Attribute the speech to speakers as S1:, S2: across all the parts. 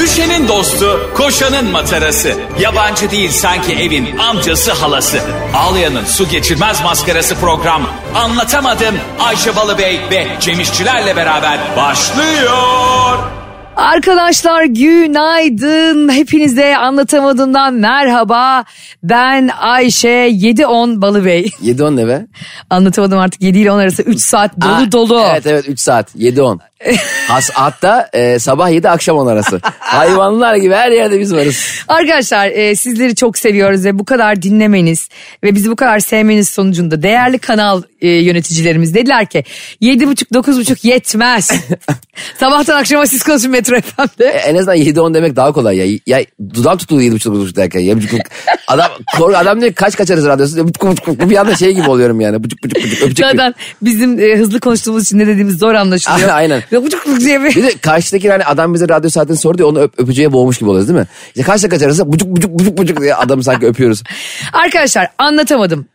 S1: Ayşe'nin dostu, koşanın matarası. Yabancı değil sanki evin amcası halası. Ağlayan'ın su geçirmez maskarası program. Anlatamadım Ayşe Balıbey ve Cemişçilerle beraber başlıyor.
S2: Arkadaşlar günaydın. Hepinize anlatamadığımdan merhaba. Ben Ayşe 710 Balıbey.
S3: 7-10 ne be?
S2: Anlatamadım artık 7 ile 10 arası 3 saat dolu
S3: Aa,
S2: dolu.
S3: Ah, Evet evet 3 saat 7-10. Has, hatta e, sabah 7 akşam 10 arası. Hayvanlar gibi her yerde biz varız.
S2: Arkadaşlar e, sizleri çok seviyoruz ve bu kadar dinlemeniz ve bizi bu kadar sevmeniz sonucunda değerli kanal e, yöneticilerimiz dediler ki 7.30-9.30 yetmez. Sabahtan akşama siz konuşun Metro FM'de.
S3: E, En azından 7-10 demek daha kolay ya. ya dudağım tutuldu 7.30 derken. Ya, buçuk, adam, kork, adam diyor ki, kaç kaç arası radyosu. Ya, buçuk, buçuk, buçuk. bir anda şey gibi oluyorum yani. Buçuk buçuk buçuk öpecek bir-
S2: Zaten bizim e, hızlı konuştuğumuz için ne dediğimiz zor anlaşılıyor.
S3: Aynen.
S2: diye bir-
S3: Bir de karşıdaki hani adam bize radyo saatini soruyor onu öp, öpücüğe boğmuş gibi oluyoruz değil mi? İşte kaçta kaç arası buçuk buçuk buçuk buçuk diye adamı sanki öpüyoruz.
S2: Arkadaşlar anlatamadım.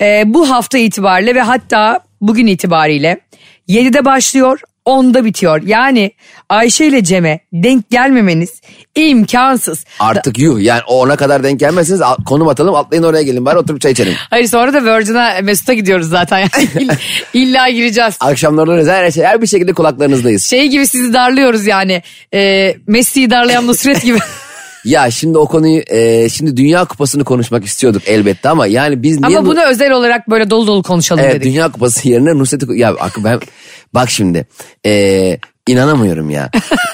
S2: Ee, bu hafta itibariyle ve hatta bugün itibariyle 7'de başlıyor 10'da bitiyor. Yani Ayşe ile Cem'e denk gelmemeniz imkansız.
S3: Artık yuh yani o ona kadar denk gelmezsiniz al- konum atalım atlayın oraya gelin bari oturup çay içelim.
S2: Hayır sonra da Virgin'a Mesut'a gidiyoruz zaten. Yani İll- İlla gireceğiz.
S3: Akşamları öyle her, şey, her bir şekilde kulaklarınızdayız.
S2: Şey gibi sizi darlıyoruz yani. Ee, Messi'yi darlayan Nusret gibi.
S3: Ya şimdi o konuyu e, şimdi Dünya Kupası'nı konuşmak istiyorduk elbette ama yani biz niye...
S2: Ama
S3: bu-
S2: bunu özel olarak böyle dolu dolu konuşalım
S3: Evet,
S2: dedik.
S3: Dünya Kupası yerine Nusret'i... ko- Ya bak ben... Bak şimdi. E, inanamıyorum ya.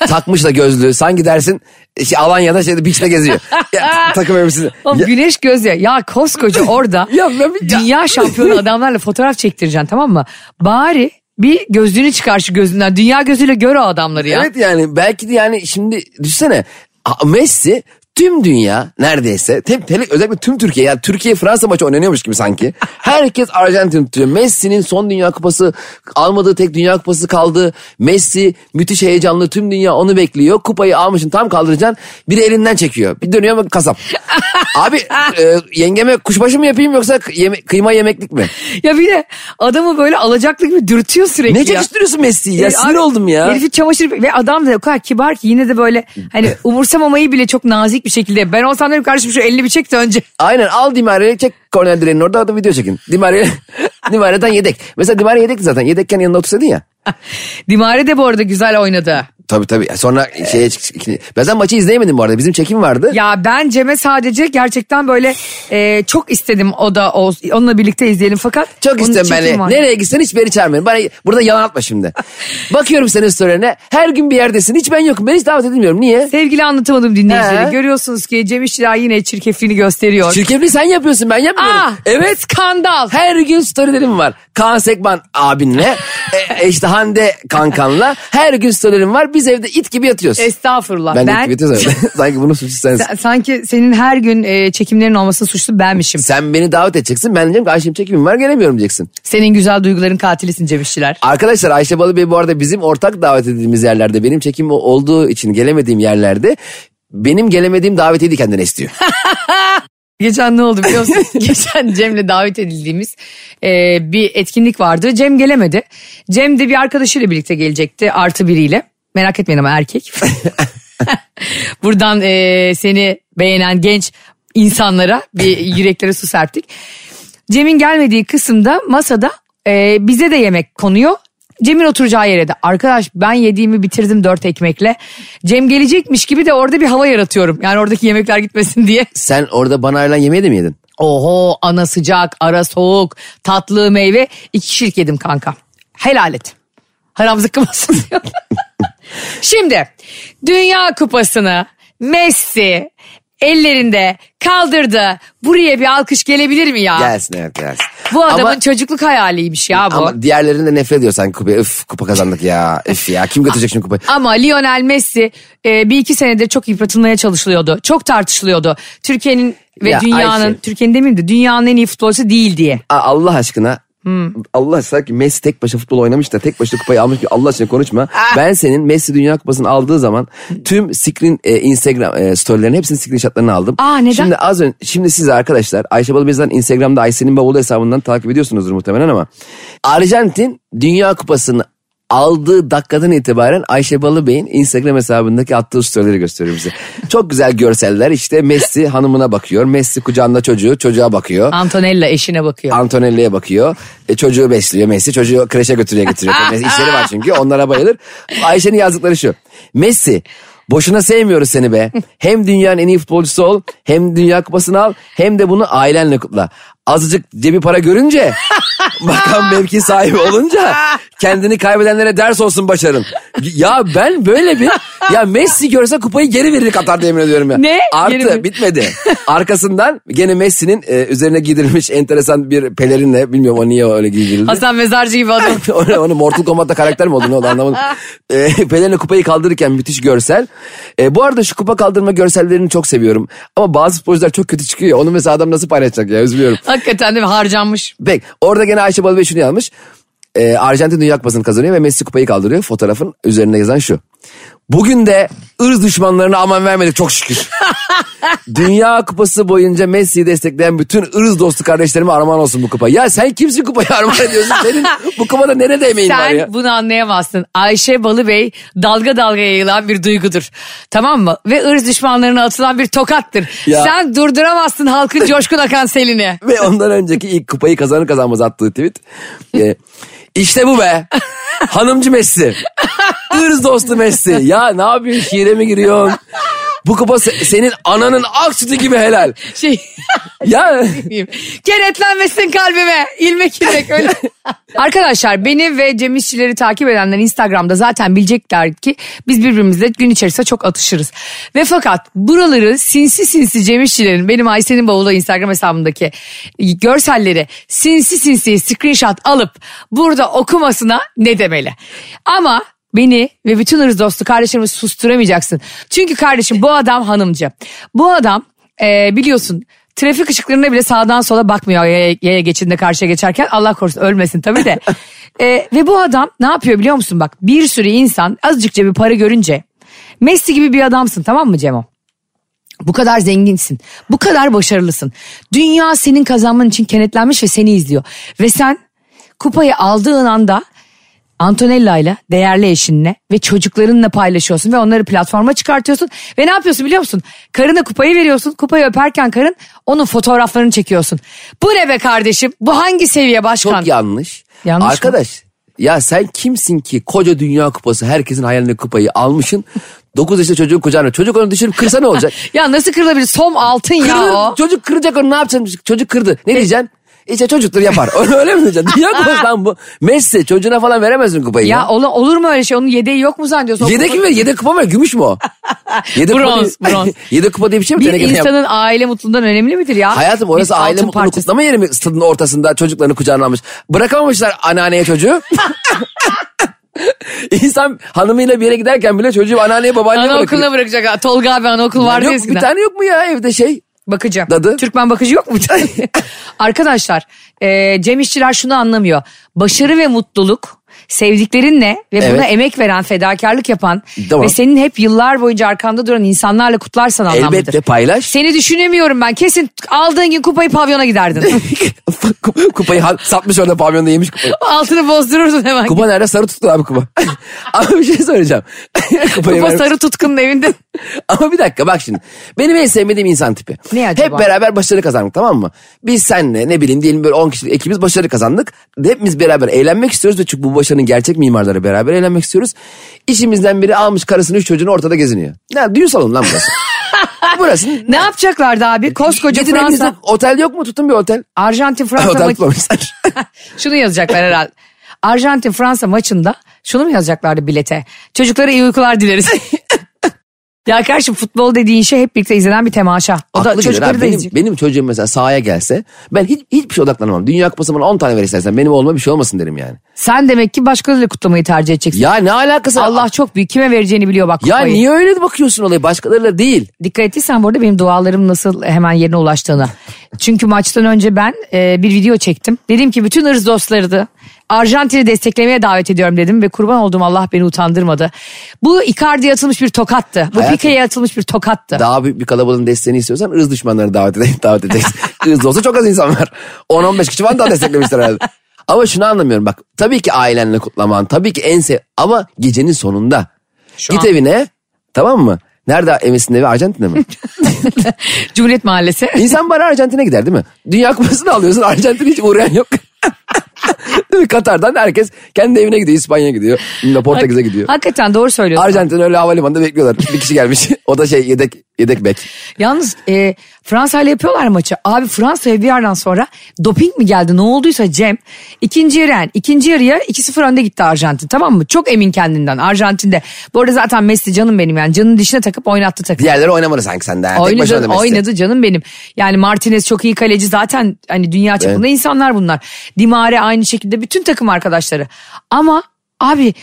S3: Takmış da gözlüğü. Sanki dersin şey, Alanya'da şeyde biçte geziyor. Ya, t- takım elbisesi.
S2: Oğlum
S3: Ya-
S2: güneş gözü ya koskoca orada
S3: Ya ben bir- ya-
S2: dünya şampiyonu adamlarla fotoğraf çektireceksin tamam mı? Bari bir gözlüğünü çıkar şu gözünden dünya gözüyle gör o adamları ya.
S3: Evet yani belki de yani şimdi düşünsene a- Messi tüm dünya neredeyse tep, tele- özellikle tüm Türkiye yani Türkiye Fransa maçı oynanıyormuş gibi sanki. Herkes Arjantin tutuyor. Messi'nin son dünya kupası almadığı tek dünya kupası kaldı. Messi müthiş heyecanlı tüm dünya onu bekliyor. Kupayı almışın tam kaldıracaksın. Biri elinden çekiyor. Bir dönüyor ama kasap. Abi e, yengeme kuşbaşı mı yapayım yoksa kı- yeme- kıyma yemeklik mi?
S2: Ya bir de adamı böyle alacaklı gibi dürtüyor sürekli
S3: Ne
S2: ya.
S3: çekiştiriyorsun Messi'yi ya?
S2: Ee,
S3: Sinir
S2: abi,
S3: oldum ya.
S2: Herifi çamaşır ve adam da o kadar kibar ki yine de böyle hani umursamamayı bile çok nazik bir şekilde. Ben olsam derim kardeşim şu elini bir çek de önce.
S3: Aynen al Di Maria'yı çek Cornel Diren'in orada adam video çekin. Di Maria, Di Maria'dan yedek. Mesela Di Maria yedekti zaten. Yedekken yanına otursaydın ya.
S2: Dimare de bu arada güzel oynadı.
S3: Tabii tabii. Sonra şeye çık. Ben zaten maçı izleyemedim bu arada. Bizim çekim vardı.
S2: Ya ben Cem'e sadece gerçekten böyle e, çok istedim o da o, onunla birlikte izleyelim fakat
S3: Çok
S2: onun
S3: istem
S2: çekimi
S3: beni.
S2: var.
S3: Nereye gitsen hiç beni çağırmayın. Bana burada yalan atma şimdi. Bakıyorum senin storylerine. Her gün bir yerdesin. Hiç ben yokum. Ben hiç davet edilmiyorum. Niye?
S2: Sevgili anlatamadım dinleyicileri
S3: He.
S2: görüyorsunuz ki Cem İşçiler yine çirkefliğini gösteriyor.
S3: Çirkefliği sen yapıyorsun ben yapmıyorum. E,
S2: Ah, evet skandal.
S3: Her gün storylerim var. Kaan Sekban abinle, e, e, işte Hande kankanla her gün storylerim var. Biz evde it gibi
S2: E,
S3: yatıyoruz.
S2: Estağfurullah.
S3: Ben, ben... Sanki bunu suçlu sensin.
S2: Sen- sanki senin her gün e, çekimlerin olmasının suçlu benmişim.
S3: Sen beni davet edeceksin. Ben diyeceğim ki Ayşe'm çekimim var gelemiyorum diyeceksin.
S2: Senin güzel duyguların katilisin Cem İşçiler.
S3: Arkadaşlar Ayşe Balıbey bu arada bizim ortak davet edildiğimiz yerlerde benim çekim olduğu için gelemediğim yerlerde benim gelemediğim davetiyeyi kendine istiyor.
S2: Geçen ne oldu biliyor musun? Geçen Cem'le davet edildiğimiz e, bir etkinlik vardı. Cem gelemedi. Cem de bir arkadaşıyla birlikte gelecekti artı biriyle. Merak etmeyin ama erkek. Buradan e, seni beğenen genç insanlara bir yüreklere su serptik. Cem'in gelmediği kısımda masada e, bize de yemek konuyor. Cem'in oturacağı yere de arkadaş ben yediğimi bitirdim dört ekmekle. Cem gelecekmiş gibi de orada bir hava yaratıyorum. Yani oradaki yemekler gitmesin diye.
S3: Sen orada bana ayrılan yemeği de mi yedin?
S2: Oho ana sıcak ara soğuk tatlı meyve iki kişilik yedim kanka. Helal et. Haram zıkkım olsun diyor. Şimdi Dünya Kupası'nı Messi ellerinde kaldırdı. Buraya bir alkış gelebilir mi ya?
S3: Gelsin evet gelsin.
S2: Bu adamın
S3: Ama-
S2: çocukluk hayaliymiş ya bu. Ama,
S3: Ama diğerlerinin de nefret ediyor sen kupayı. Öf kupa kazandık ya. Öf ya kim götürecek şimdi kupayı?
S2: Lionel Messi e, bir iki senedir çok yıpratılmaya çalışılıyordu. Çok tartışılıyordu. Türkiye'nin ve
S3: Ya
S2: dünyanın,
S3: Ayşe.
S2: Türkiye'nin demeyeyim de dünyanın en iyi futbolcusu değil diye.
S3: Aa, Allah aşkına.
S2: Hmm.
S3: Allah aşkına ki Messi tek başına futbol oynamış da tek başına kupayı almış ki Allah aşkına konuşma.
S2: Ah.
S3: Ben senin Messi Dünya Kupası'nı aldığı zaman tüm screen e, Instagram e, storylerinin hepsinin screenshotlarını aldım.
S2: Aa, neden?
S3: Şimdi az önce şimdi siz arkadaşlar Ayşe Balıbeyaz'dan Instagram'da Ayşe'nin bavulu hesabından takip ediyorsunuzdur muhtemelen ama Arjantin Dünya Kupası'nı aldığı dakikadan itibaren Ayşe Balıbey'in Instagram hesabındaki attığı storyleri gösteriyor bize. Çok güzel görseller işte Messi hanımına bakıyor. Messi kucağında çocuğu çocuğa bakıyor.
S2: Antonella eşine bakıyor.
S3: Antonelli'ye bakıyor. E, çocuğu besliyor Messi. Çocuğu kreşe götürüyor getiriyor. Messi işleri var çünkü onlara bayılır. Ayşe'nin yazdıkları şu. Messi boşuna sevmiyoruz seni be. Hem dünyanın en iyi futbolcusu ol hem dünya kupasını al hem de bunu ailenle kutla. Azıcık cebi para görünce bakan mevki sahibi olunca kendini kaybedenlere ders olsun başarın. Ya ben böyle bir ya Messi görse kupayı geri verir Katar'da yemin ediyorum ya.
S2: Ne?
S3: Artı
S2: Geri verir.
S3: bitmedi. Arkasından gene Messi'nin e, üzerine giydirilmiş enteresan bir pelerinle bilmiyorum o niye öyle giydirildi.
S2: Hasan Mezarcı gibi adam.
S3: onu, onu Mortal Kombat'ta karakter mi oldu ne oldu anlamadım. E, pelerinle kupayı kaldırırken müthiş görsel. E, bu arada şu kupa kaldırma görsellerini çok seviyorum. Ama bazı futbolcular çok kötü çıkıyor. Onu mesela adam nasıl paylaşacak ya üzülüyorum.
S2: Hakikaten de harcanmış.
S3: Peki orada gene Ayşe Balıbey şunu yazmış. Ee, Arjantin Dünya Kupası'nı kazanıyor ve Messi kupayı kaldırıyor. Fotoğrafın üzerine yazan şu. Bugün de ırz düşmanlarına aman vermedik çok şükür. Dünya Kupası boyunca Messi'yi destekleyen bütün ırz dostu kardeşlerime armağan olsun bu kupa. Ya sen kimsin kupayı armağan ediyorsun? Senin bu kupada nerede emeğin var
S2: Sen
S3: ya?
S2: bunu anlayamazsın. Ayşe Balıbey dalga dalga yayılan bir duygudur. Tamam mı? Ve ırz düşmanlarına atılan bir tokattır.
S3: Ya.
S2: Sen durduramazsın halkın coşkun akan selini.
S3: Ve ondan önceki ilk kupayı kazanır kazanmaz attığı tweet. Ee, işte bu be. Hanımcı Messi. Irz dostu Messi. Ya ne yapıyorsun şiire mi giriyorsun? Bu kupa se- senin ananın ak sütü gibi helal.
S2: Şey
S3: Ya
S2: diyeyim. Kenetlenmesin kalbime. İlmek ilmek öyle. Arkadaşlar beni ve Cem İşçileri takip edenler Instagram'da zaten bilecekler ki biz birbirimizle gün içerisinde çok atışırız. Ve fakat buraları sinsi sinsi Cem İşçilerin benim Ayşe'nin bavulu Instagram hesabımdaki görselleri sinsi sinsi screenshot alıp burada okumasına ne demeli? Ama Beni ve bütün ırz dostu kardeşlerimi susturamayacaksın. Çünkü kardeşim bu adam hanımcı. Bu adam ee, biliyorsun trafik ışıklarına bile sağdan sola bakmıyor yaya, yaya geçidinde karşıya geçerken. Allah korusun ölmesin tabii de. Ee, ve bu adam ne yapıyor biliyor musun bak bir sürü insan azıcık bir para görünce Messi gibi bir adamsın tamam mı Cemo? Bu kadar zenginsin. Bu kadar başarılısın. Dünya senin kazanman için kenetlenmiş ve seni izliyor. Ve sen kupayı aldığın anda Antonella ile değerli eşinle ve çocuklarınla paylaşıyorsun ve onları platforma çıkartıyorsun. Ve ne yapıyorsun biliyor musun? Karına kupayı veriyorsun. Kupayı öperken karın onun fotoğraflarını çekiyorsun. Bu ne be kardeşim? Bu hangi seviye başkan?
S3: çok yanlış.
S2: Yanlış mı?
S3: Arkadaş ya sen kimsin ki koca dünya kupası herkesin hayalindeki kupayı almışın. 9 yaşında çocuğun kucağına çocuk onu düşürüp kırsa ne olacak?
S2: Ya nasıl kırılabilir? Som altın ya
S3: Kırılır.
S2: o.
S3: Çocuk kıracak onu ne yapacaksın? Çocuk kırdı. Ne diyeceksin? İşte çocuktur yapar. Öyle- Öyle mi diyeceksin? Dünya kupası lan bu. Messi çocuğuna falan veremezsin kupayı.
S2: Ya
S3: Ya,
S2: ol- olur mu öyle şey? Onun yedeği yok mu zannediyorsun? O
S3: Yedek
S2: kupa-
S3: mi? ver? Yedek kupa mı? Gümüş mü o? Yedek kupa
S2: Bronz,
S3: diye-
S2: bronz.
S3: Yedek kupa diye bir şey mi?
S2: Bir
S3: Tenekeden yap-
S2: insanın aile mutluluğundan önemli midir ya?
S3: Hayatım orası
S2: Bir
S3: aile
S2: altın
S3: mutluluğu
S2: parçası.
S3: kutlama yeri mi? Stadın ortasında çocuklarını kucağına almış. Bırakamamışlar anneanneye çocuğu. İnsan hanımıyla bir yere giderken bile çocuğu anneanneye babaanneye bırakıyor.
S2: Anaokuluna bırakacak. ha. Tolga abi anaokul vardı
S3: Yok,
S2: eskiden.
S3: bir tane yok mu ya evde şey?
S2: Bakıcı.
S3: Dadı.
S2: Türkmen bakıcı yok mu? Arkadaşlar e, Cem İşçiler şunu anlamıyor. Başarı ve mutluluk sevdiklerinle ve buna
S3: Evet.
S2: emek veren, fedakarlık yapan
S3: Tamam.
S2: ve senin hep yıllar boyunca arkanda duran insanlarla kutlarsan anlamlıdır.
S3: Elbette paylaş.
S2: Seni düşünemiyorum ben. Kesin aldığın gün kupayı pavyona giderdin.
S3: kupayı ha- satmış orada pavyonda yemiş kupayı.
S2: Altını bozdururdun hemen. Kupa,
S3: Kupa nerede? Sarı tuttu abi kupa. Ama bir şey söyleyeceğim. Kupayı ver-
S2: sarı tutkunun evinde.
S3: Ama bir dakika bak şimdi. Benim en sevmediğim insan tipi.
S2: Ne acaba?
S3: Hep beraber başarı kazandık tamam mı? Biz senle ne bileyim diyelim böyle 10 kişilik ekibimiz başarı kazandık. Hepimiz beraber eğlenmek istiyoruz ve çünkü bu başarının gerçek mimarları beraber eğlenmek istiyoruz. İşimizden biri almış karısını üç çocuğunu ortada geziniyor. Ya düğün salonu lan burası. burası.
S2: ne yapacaklardı abi? Koskoca
S3: Gidin elinizde
S2: Fransa,
S3: otel yok mu? Tutun bir otel.
S2: Arjantin, Fransa
S3: otel
S2: maçı.
S3: tutmamışlar.
S2: Şunu yazacaklar herhalde. Arjantin Fransa maçında şunu mu yazacaklardı bilete? Çocuklara iyi uykular dileriz. ya karşı futbol dediğin şey hep birlikte izlenen bir temaşa. O da
S3: Aklı gelir
S2: çocukları
S3: abi.
S2: da
S3: benim,
S2: izleyecek.
S3: benim çocuğum mesela sahaya gelse ben hiç, hiçbir şey odaklanamam. Dünya kupası bana 10 tane ver istersen benim oğluma bir şey olmasın derim yani.
S2: Sen demek ki başkalarıyla kutlamayı tercih edeceksin.
S3: Ya ne alakası var?
S2: Allah çok büyük. Kime vereceğini biliyor bak
S3: Ya
S2: kupayı.
S3: niye öyle bakıyorsun olaya başkalarıyla değil.
S2: Dikkat ettiysen bu arada benim dualarım nasıl hemen yerine ulaştığını. Çünkü maçtan önce ben e, bir video çektim. Dedim ki bütün ırz dostları da Arjantin'i desteklemeye davet ediyorum dedim ve kurban olduğum Allah beni utandırmadı. Bu Icardi'ye atılmış bir tokattı. Bu
S3: Hayatım.
S2: Pique'ye atılmış bir tokattı.
S3: Daha büyük bir kalabalığın desteğini istiyorsan ırz düşmanlarını davet, ede- davet edeceksin. Irz olsa çok az insan var. 10-15 kişi falan daha desteklemişler herhalde. Ama şunu anlamıyorum bak. Tabii ki ailenle kutlaman. Tabii ki en sev... Ama gecenin sonunda. Git
S2: an-
S3: evine. Tamam mı? Nerede emesin evi Arjantin'de mi?
S2: Cumhuriyet Mahallesi.
S3: İnsan bari Arjantin'e gider değil mi? Dünya kupasını alıyorsun Arjantin'e hiç uğrayan yok. değil mi? Katar'dan herkes kendi evine gidiyor. İspanya'ya gidiyor. bilmem Portekiz'e gidiyor.
S2: Hakikaten doğru söylüyorsun.
S3: Arjantin öyle havalimanında bekliyorlar. Bir kişi gelmiş. O da şey yedek yedek bek.
S2: Yalnız e, Fransa ile yapıyorlar maçı. Abi Fransa'ya bir yerden sonra doping mi geldi ne olduysa Cem ikinci yarı yani ikinci yarıya 2-0 önde gitti Arjantin tamam mı? Çok emin kendinden Arjantin'de. Bu arada zaten Messi canım benim yani canın dişine takıp oynattı takım.
S3: Diğerleri oynamadı sanki sende. ha. Tek başına
S2: Oynadı,
S3: da Messi.
S2: oynadı canım benim. Yani Martinez çok iyi kaleci zaten hani dünya çapında insanlar bunlar. Dimare aynı şekilde bütün takım arkadaşları. Ama abi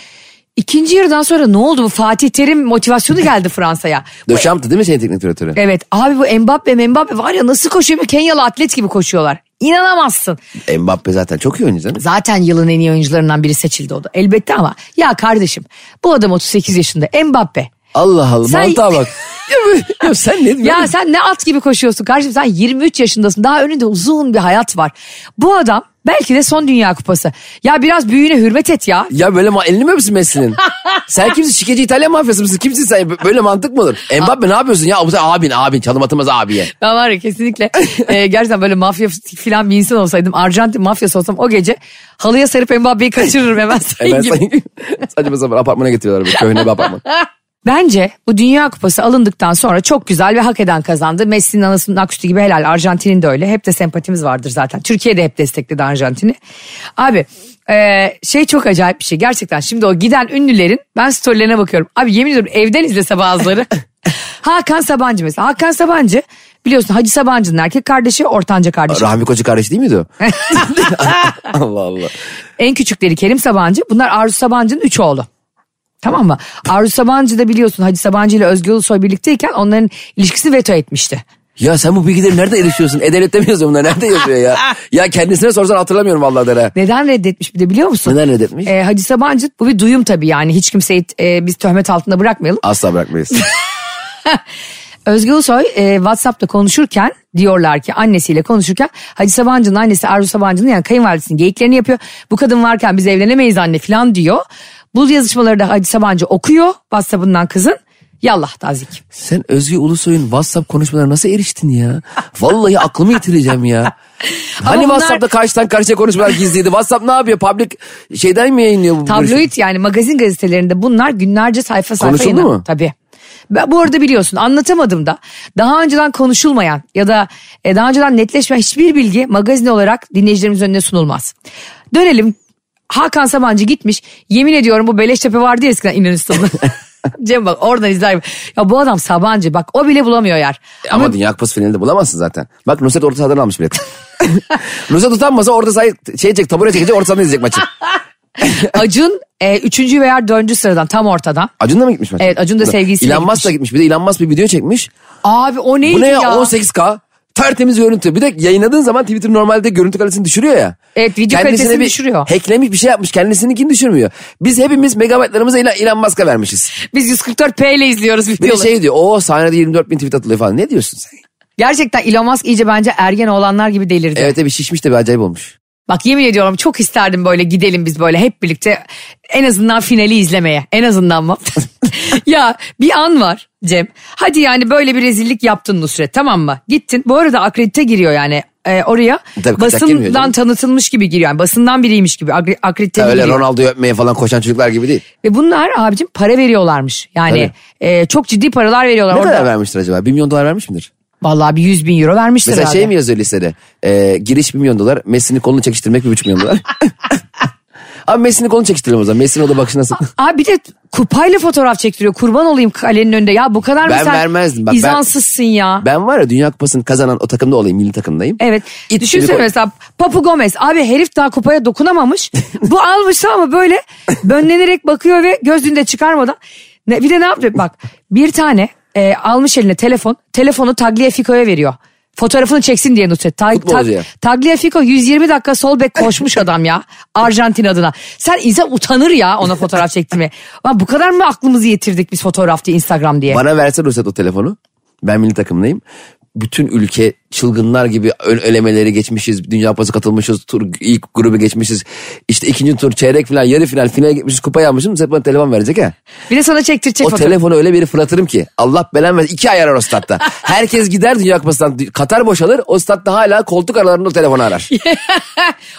S2: ikinci yarıdan sonra ne oldu bu Fatih Terim motivasyonu geldi Fransa'ya. Bu
S3: Döşamptı değil mi senin teknik direktörü?
S2: Evet abi bu Mbappe Mbappe var ya nasıl koşuyor bir Kenyalı atlet gibi koşuyorlar. İnanamazsın.
S3: Mbappe zaten çok iyi oyuncu canım.
S2: Zaten yılın en iyi oyuncularından biri seçildi o da. Elbette ama ya kardeşim bu adam 38 yaşında Mbappe.
S3: Allah Allah
S2: Sen-
S3: mantığa bak. ya, bu- ya sen ne
S2: Ya sen ne at gibi koşuyorsun kardeşim sen 23 yaşındasın daha önünde uzun bir hayat var. Bu adam belki de son dünya kupası. Ya biraz büyüğüne hürmet et ya.
S3: Ya böyle ma- elini mi öpsün Messi'nin? sen kimsin? Şikeci İtalyan mafyası mısın? Kimsin sen? B- Böyle mantık mı olur? Mbappe ne yapıyorsun ya? Bu sen abin abin çalım atılmaz abiye.
S2: Ben var ya kesinlikle e, gerçekten böyle mafya filan bir insan olsaydım Arjantin mafyası olsam o gece halıya sarıp Mbappe'yi kaçırırım hemen sayın
S3: Hemen
S2: gibi.
S3: E, sanki saçma sapan apartmana getiriyorlar. Böyle, köyüne bir apartman.
S2: Bence bu Dünya Kupası alındıktan sonra çok güzel ve hak eden kazandı. Messi'nin anasının aküstü gibi helal. Arjantin'in de öyle. Hep de sempatimiz vardır zaten. Türkiye de hep destekledi Arjantin'i. Abi e, şey çok acayip bir şey. Gerçekten şimdi o giden ünlülerin ben storylerine bakıyorum. Abi yemin ediyorum evden izlese bazıları. Hakan Sabancı mesela. Hakan Sabancı biliyorsun Hacı Sabancı'nın erkek kardeşi, ortanca kardeşi.
S3: Rahmi Koç'un kardeşi değil miydi o? Allah Allah.
S2: En küçükleri Kerim Sabancı. Bunlar Arzu Sabancı'nın üç oğlu. Tamam mı? Arzu Sabancı da biliyorsun Hacı Sabancı ile Özge Ulusoy birlikteyken onların ilişkisini veto etmişti.
S3: Ya sen bu bilgileri nerede erişiyorsun? Edelet'te mi yazıyor bunlar? Nerede yazıyor ya? Ya kendisine sorsan hatırlamıyorum vallahi dere.
S2: Neden reddetmiş bir de biliyor musun?
S3: Neden reddetmiş?
S2: Ee, Hacı Sabancı bu bir duyum tabii yani hiç kimseyi e, biz töhmet altında bırakmayalım.
S3: Asla bırakmayız.
S2: Özge Ulusoy e, WhatsApp'ta konuşurken diyorlar ki annesiyle konuşurken Hacı Sabancı'nın annesi Arzu Sabancı'nın yani kayınvalidesinin geyiklerini yapıyor. Bu kadın varken biz evlenemeyiz anne falan diyor. Bu yazışmaları da Hacı Sabancı okuyor WhatsApp'ından kızın. Yallah tazik.
S3: Sen Özge Ulusoy'un WhatsApp konuşmalarına nasıl eriştin ya? Vallahi aklımı yitireceğim ya. Hani
S2: Ama bunlar-
S3: WhatsApp'ta karşıdan karşıya konuşmalar gizliydi. WhatsApp ne yapıyor? Public şeyden mi yayınlıyor bu? görüşü?
S2: Tabloid yani magazin gazetelerinde bunlar günlerce sayfa sayfa
S3: Konuşuldu
S2: yayınlan-
S3: mu?
S2: Tabii. Ben- Bu arada biliyorsun anlatamadım da daha önceden konuşulmayan ya da e, daha önceden netleşmeyen hiçbir bilgi magazin olarak dinleyicilerimizin önüne sunulmaz. Dönelim Hakan Sabancı gitmiş yemin ediyorum bu Beleştepe vardı ya eskiden İnönü Stadı'nda. Cem bak oradan izler. Ya bu adam Sabancı bak o bile bulamıyor yer.
S3: Ama Dünya Kupası finalinde bulamazsın zaten. Bak Nusret orta sahadan almış bilet. Nusret utanmasa orta sahayı şey çek, tabure çekecek orta sahadan izleyecek maçı.
S2: Acun e, üçüncü veya dördüncü sıradan tam ortadan.
S3: Acun da mı gitmiş maçı?
S2: Evet, Acun da sevgilisiyle
S3: İlan Musk da gitmiş. Bir de İlan Musk bir video çekmiş.
S2: Abi o neydi
S3: Bu ne ya?
S2: ya?
S3: 18K. Tertemiz görüntü. Bir de yayınladığın zaman Twitter normalde görüntü kalitesini düşürüyor ya.
S2: Evet, E, video
S3: Kendisine
S2: kalitesini
S3: bir
S2: düşürüyor.
S3: Hacklemiş bir şey yapmış. Kendisininkini düşürmüyor. Biz hepimiz megabaytlarımızı Elon, Elon Musk'a vermişiz.
S2: Biz 144 P ile izliyoruz
S3: Bir de
S2: videoları.
S3: şey diyor. O sahnede 24 bin tweet atılıyor falan. Ne diyorsun sen?
S2: Gerçekten Elon Musk iyice bence ergen oğlanlar gibi delirdi.
S3: Evet bir şişmiş de bir acayip olmuş.
S2: Bak yemin ediyorum çok isterdim böyle gidelim biz böyle hep birlikte en azından finali izlemeye. En azından mı? ya bir an var Cem. Hadi yani böyle bir rezillik yaptın Nusret tamam mı? Gittin. Bu arada akredite giriyor yani e, oraya.
S3: Tabii, kıçak girmiyor
S2: basından
S3: canım.
S2: tanıtılmış gibi giriyor. Yani basından biriymiş gibi akre- akredite
S3: öyle
S2: giriyor.
S3: Ronaldo'yu öpmeye falan koşan çocuklar gibi değil.
S2: Ve bunlar abicim para veriyorlarmış. Yani e, çok ciddi paralar veriyorlar
S3: Ne
S2: orada.
S3: kadar vermiştir acaba? 1 milyon dolar vermiş midir?
S2: Vallahi bir 100 bin euro vermişler
S3: Mesela
S2: herhalde.
S3: şey mi yazıyor listede? Ee, giriş 1 milyon dolar. Messi'nin kolunu çekiştirmek 1,5 milyon dolar. Abi Messi'nin kolunu çekiştirelim o zaman. Messi'nin o da bakışı nasıl?
S2: Abi bir de kupayla fotoğraf çektiriyor. Kurban olayım kalenin önünde. Ya bu kadar mı
S3: Ben
S2: sen
S3: vermezdim. Bak ben-
S2: izansızsın ya.
S3: Ben var ya Dünya Kupası'nı kazanan o takımda olayım. Milli takımdayım.
S2: Evet.
S3: İt
S2: Düşünsene
S3: gibi koy.
S2: mesela Papu Gomez. Abi herif daha kupaya dokunamamış. bu almış ama böyle bönlenerek bakıyor ve gözünü de çıkarmadan. Ne, bir de ne yapıyor? Bak bir tane e, almış eline telefon. Telefonu Tagliafico'ya veriyor. Fotoğrafını çeksin diye Nusret. Ta-
S3: Futbolcuya.
S2: ta- Tagliafico 120 dakika sol bek koşmuş adam ya. Arjantin adına. Sen insan utanır ya ona fotoğraf çektirmeye. Lan bu kadar mı aklımızı yitirdik E- biz fotoğraf diye Instagram diye.
S3: Bana verse Ruset o telefonu. Ben milli takımdayım. Bütün ülke çılgınlar gibi ön elemeleri geçmişiz. Dünya Kupası katılmışız. Tur ilk grubu geçmişiz. İşte ikinci tur çeyrek final, yarı final, finale gitmişiz. Kupayı almışız. Hep bana telefon verecek ha.
S2: Bir de sana çektirecek
S3: O
S2: fotoğraf.
S3: telefonu öyle bir fırlatırım ki Allah belanı versin. İki ay arar o statta. Herkes gider Dünya Kupası'ndan. Katar boşalır. O statta hala koltuk aralarında o telefonu arar.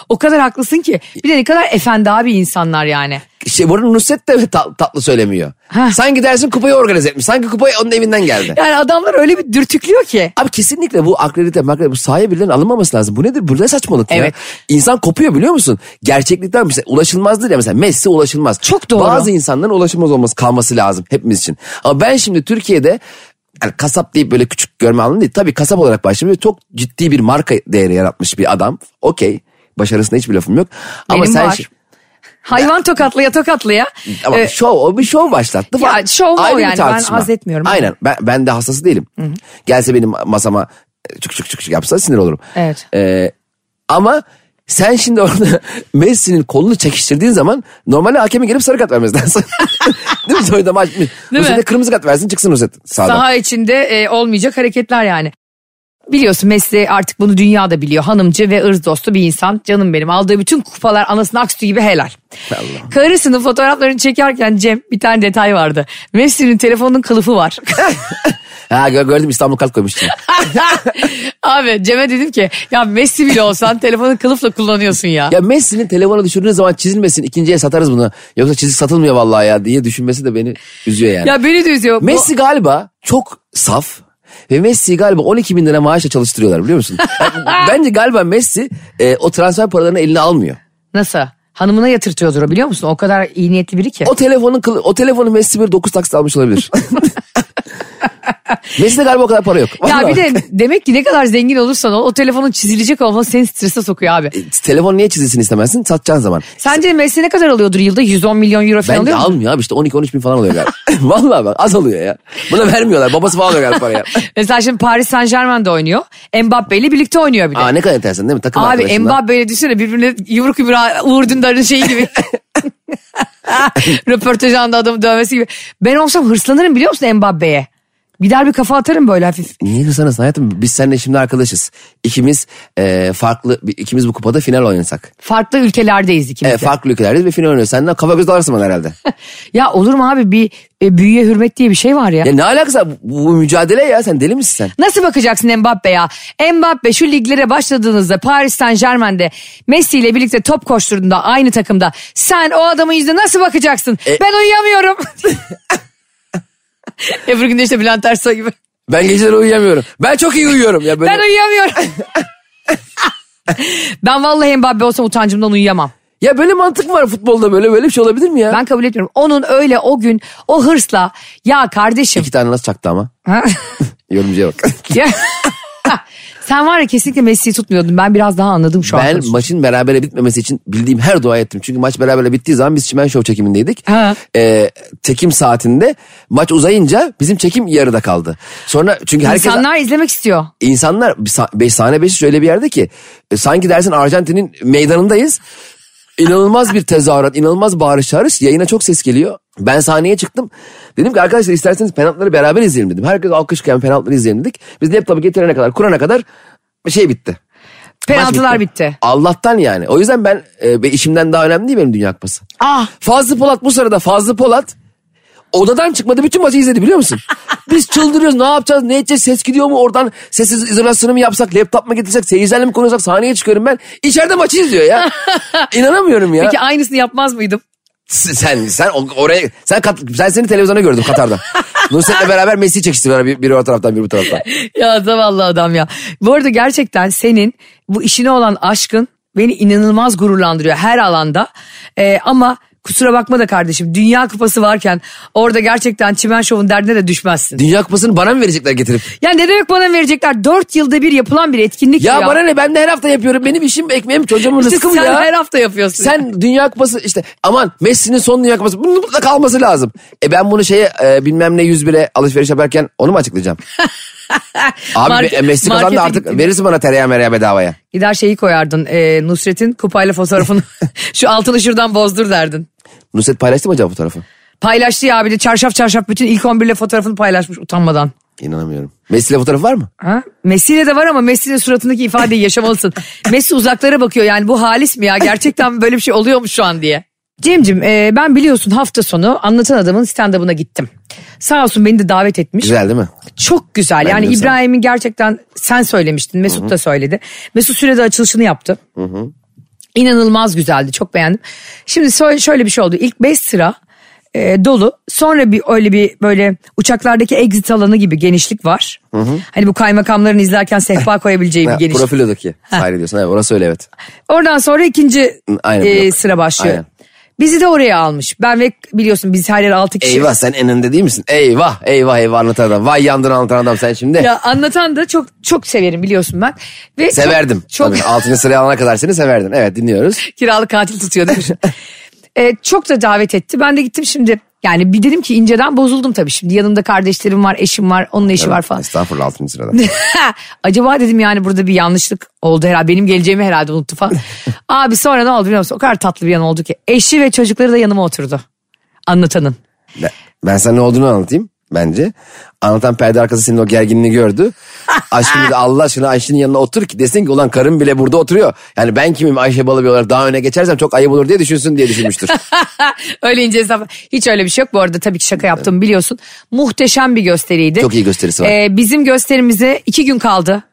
S2: o kadar haklısın ki. Bir de ne kadar efendi abi insanlar yani.
S3: İşte bunu Şey, Nusret de ta- tatlı söylemiyor.
S2: Ha.
S3: Sanki dersin kupayı organize etmiş. Sanki kupayı onun evinden geldi.
S2: Yani adamlar öyle bir dürtüklüyor ki.
S3: Abi kesinlikle bu akredite, makredite, bu sahaya birilerinin alınmaması lazım. Bu nedir? Bu ne saçmalık ya?
S2: Evet.
S3: İnsan kopuyor biliyor musun? Gerçeklikten mesela ulaşılmazdır ya mesela Messi ulaşılmaz.
S2: Çok doğru.
S3: Bazı insanların ulaşılmaz olması kalması lazım hepimiz için. Ama ben şimdi Türkiye'de yani kasap deyip böyle küçük görme anlamı değil. Tabii kasap olarak başlamış ve çok ciddi bir marka değeri yaratmış bir adam. Okey. Başarısına hiçbir lafım yok. Ama
S2: Benim
S3: sen
S2: var. Hayvan tokatlaya tokatlaya.
S3: Ama
S2: Ee,
S3: şov, o bir şov başlattı
S2: Ya
S3: falan.
S2: şov o
S3: Ayrı bir
S2: yani, ben
S3: tartışma.
S2: haz etmiyorum.
S3: Aynen ben, ben de hastası değilim. Gelse benim masama e, çık çık çık çık yapsa sinir olurum.
S2: Evet.
S3: Ee, ama sen şimdi orada Messi'nin kolunu çekiştirdiğin zaman normalde hakeme gelip sarı kart vermesi lazım. Değil mi? Sonra maç. Nusret'e kırmızı kart versin çıksın Nusret sağdan.
S2: Saha içinde e, olmayacak hareketler yani. Biliyorsun Messi artık bunu dünya da biliyor. Hanımcı ve ırz dostu bir insan. Canım benim aldığı bütün kupalar anasının aksütü gibi helal. Karısının fotoğraflarını çekerken Cem bir tane detay vardı. Messi'nin telefonunun kılıfı var.
S3: Ha gö- gördüm İstanbul kart koymuş. içine.
S2: Abi Cem'e dedim ki ya Messi bile olsan telefonu kılıfla kullanıyorsun ya.
S3: ya Messi'nin telefona düşürdüğün zaman çizilmesin ikinciye satarız bunu. Yoksa çizik satılmıyor vallahi ya diye düşünmesi de beni üzüyor yani.
S2: Ya beni de üzüyor. Bu-
S3: Messi galiba çok saf ve Messi galiba 12 bin lira maaşla çalıştırıyorlar biliyor musun? Yani Bence galiba Messi e, o transfer paralarını eline almıyor.
S2: Nasıl? Hanımına yatırtıyordur o biliyor musun? O kadar iyi niyetli biri ki.
S3: O telefonun kılı- o telefonu Messi bir 9 taksit almış olabilir. Messi'de galiba o kadar para yok.
S2: Ya
S3: Vallahi.
S2: bir de demek ki ne kadar zengin olursan ol o telefonun çizilecek olması seni strese sokuyor abi.
S3: E, telefon niye çizilsin istemezsin? Satacağın zaman.
S2: Sence Messi ne kadar alıyordur yılda? 110 milyon euro falan
S3: Bence
S2: alıyor mu?
S3: almıyor abi işte 12-13 bin falan oluyor galiba. Vallahi bak az alıyor ya. Buna vermiyorlar. Babası falan alıyor galiba parayı.
S2: Mesela şimdi Paris Saint Germain'de oynuyor. Mbappe ile birlikte oynuyor bir de.
S3: Aa ne kadar enteresan değil mi? Takım
S2: abi
S3: arkadaşından.
S2: Mbappe ile düşünsene birbirine yumruk yumruğa Uğur Dündar'ın şeyi gibi. Röportaj anda adamı dövmesi gibi. Ben olsam hırslanırım biliyor musun Mbappe'ye? Gider bir kafa atarım böyle hafif.
S3: Niye kızarasın hayatım? Biz seninle şimdi arkadaşız. İkimiz e, farklı, ikimiz bu kupada final oynasak.
S2: Farklı ülkelerdeyiz ikimiz
S3: E,
S2: de.
S3: farklı ülkelerdeyiz ve final oynuyoruz. Senden kafa göz dalarsın bana herhalde.
S2: Ya olur mu abi bir e, büyüye hürmet diye bir şey var ya.
S3: ya ne alakası var? bu, bu mücadele ya sen deli misin sen?
S2: Nasıl bakacaksın Mbappe ya? Mbappe şu liglere başladığınızda Paris Saint Germain'de Messi ile birlikte top koşturduğunda aynı takımda sen o adamın yüzüne nasıl bakacaksın? ben uyuyamıyorum. Ebru Gündeş de Bülent Ersoy gibi.
S3: Ben geceleri uyuyamıyorum. Ben çok iyi uyuyorum ya böyle.
S2: Ben uyuyamıyorum. ben vallahi Mbappe olsam utancımdan uyuyamam.
S3: ya böyle mantık mı var futbolda böyle böyle bir şey olabilir mi ya?
S2: Ben kabul etmiyorum. Onun öyle o gün o hırsla ya kardeşim.
S3: İki tane nasıl çaktı ama?
S2: Ha?
S3: Yorumcuya bak.
S2: Ya- Sen var ya kesinlikle Messi'yi tutmuyordun. Ben biraz daha anladım şu an.
S3: ben maçın berabere bitmemesi için bildiğim her dua ettim. Çünkü maç berabere bittiği zaman biz Çimen Show çekimindeydik.
S2: Ha.
S3: E, çekim saatinde maç uzayınca bizim çekim yarıda kaldı. Sonra çünkü herkes...
S2: İnsanlar izlemek istiyor.
S3: İnsanlar sa- be- sahne beşi şöyle bir yerde ki e, sanki dersin Arjantin'in meydanındayız. İnanılmaz bir tezahürat, inanılmaz bağırış çağırış. Yayına çok ses geliyor. Ben sahneye çıktım. Dedim ki arkadaşlar isterseniz penaltıları beraber izleyelim dedim. Herkes alkışlayan penaltıları izleyelim dedik. Biz laptopu getirene kadar, kurana kadar şey bitti. Maç
S2: Penaltılar bitti.
S3: Allah'tan yani. O yüzden ben e, be- işimden daha önemli değil benim Dünya Kupası.
S2: Ah.
S3: Fazlı Polat bu sırada Fazlı Polat odadan çıkmadı bütün maçı izledi biliyor musun? Biz çıldırıyoruz ne yapacağız ne edeceğiz ses gidiyor mu oradan sessiz izolasyonu mu yapsak laptop mu getirsek seyircilerle mi konuşsak sahneye çıkıyorum ben içeride maçı izliyor ya. İnanamıyorum ya.
S2: Peki aynısını yapmaz mıydım?
S3: S- Sen sen o- oraya sen kat, sen seni televizyona gördüm Katar'da. Nusret'le beraber Messi'yi çekiştiriyorlar bir- biri o taraftan biri bu taraftan.
S2: ya zavallı adam ya. Bu arada gerçekten senin bu işine olan aşkın beni inanılmaz gururlandırıyor her alanda. Ee, ama kusura bakma da kardeşim Dünya Kupası varken orada gerçekten Çimen Şov'un derdine de düşmezsin.
S3: Dünya Kupası'nı bana mı verecekler getirip?
S2: Yani ne demek bana verecekler? Dört yılda bir yapılan bir etkinlik
S3: Ya,
S2: ya.
S3: bana ne ben de her hafta yapıyorum benim işim ekmeğim çocuğumun
S2: İşte
S3: rızkım
S2: sen
S3: ya.
S2: her hafta yapıyorsun.
S3: Sen Dünya Kupası işte aman Messi'nin son Dünya Kupası bunun mutlaka kalması lazım. E ben bunu şeye e, bilmem ne 101'e alışveriş yaparken onu mu açıklayacağım? Abi
S2: Market-
S3: e, Messi kazandı
S2: markete
S3: artık
S2: gittim.
S3: verirsin bana tereyağı mereyağı bedavaya.
S2: Gider şeyi koyardın e, Nusret'in kupayla fotoğrafını şu altını şuradan bozdur derdin.
S3: Nusret paylaştı mı acaba bu tarafı?
S2: Paylaştı ya bir de çarşaf çarşaf bütün ilk 11'le fotoğrafını paylaşmış utanmadan.
S3: İnanamıyorum. Messi'yle fotoğraf var mı?
S2: Ha? Messi'yle de var ama Messi'nin suratındaki ifadeyi yaşamalısın. Messi uzaklara bakıyor yani bu halis mi ya gerçekten böyle bir şey oluyormuş şu an diye. Cem'cim e, ben biliyorsun hafta sonu anlatan adamın stand-up'ına gittim. Sağ olsun beni de davet etmiş.
S3: Güzel değil mi?
S2: Çok güzel. yani
S3: de sağ ol.
S2: İbrahim'in gerçekten sen söylemiştin. Mesut da söyledi. Mesut Süre'de açılışını yaptı. İnanılmaz güzeldi. Çok beğendim. Şimdi so- şöyle bir şey oldu. İlk 5 sıra e, dolu. Sonra bir öyle bir böyle uçaklardaki exit alanı gibi genişlik var. Hani bu kaymakamların izlerken sehpa koyabileceği bir
S3: Ha,
S2: genişlik.
S3: profilodaki. Hayır diyorsun. Evet, orası öyle evet.
S2: Oradan sonra ikinci
S3: Aynen,
S2: e,
S3: yok.
S2: sıra başlıyor.
S3: Aynen.
S2: Bizi de oraya almış. Ben ve biliyorsun biz her yer 6 kişi.
S3: Eyvah sen en önde değil misin? Eyvah eyvah eyvah anlatan adam. Vay yandın anlatan adam sen şimdi.
S2: Ya anlatan da çok çok severim biliyorsun ben. Ve çok-
S3: Severdim.
S2: Çok,
S3: Tabii, altıncı sıraya alana kadar seni severdin. Evet dinliyoruz.
S2: kiralık katil tutuyor değil mi? E, çok da davet etti. Ben de gittim şimdi. Yani bir dedim ki inceden bozuldum tabii. Şimdi yanımda kardeşlerim var, eşim var, onun eşi var falan.
S3: Estağfurullah altıncı sırada.
S2: Acaba dedim yani burada bir yanlışlık oldu herhalde. Benim geleceğimi herhalde unuttu falan. Abi sonra ne oldu biliyor musun? O kadar tatlı bir yan oldu ki. Eşi ve çocukları da yanıma oturdu. Anlatanın.
S3: Ben- Ben sana ne olduğunu anlatayım bence. Anlatan perde arkası senin o gerginliğini gördü. Aşkım dedi Allah aşkına Ayşe'nin yanına otur ki desin ki ulan karım bile burada oturuyor. Yani ben kimim Ayşe Balıbey olarak daha öne geçersem çok ayıp olur diye düşünsün diye düşünmüştür.
S2: öyle ince hesap. Hiç öyle bir şey yok. Bu arada tabii ki şaka yaptım biliyorsun. Muhteşem bir gösteriydi.
S3: Çok iyi gösterisi var.
S2: Ee, bizim gösterimize iki gün kaldı.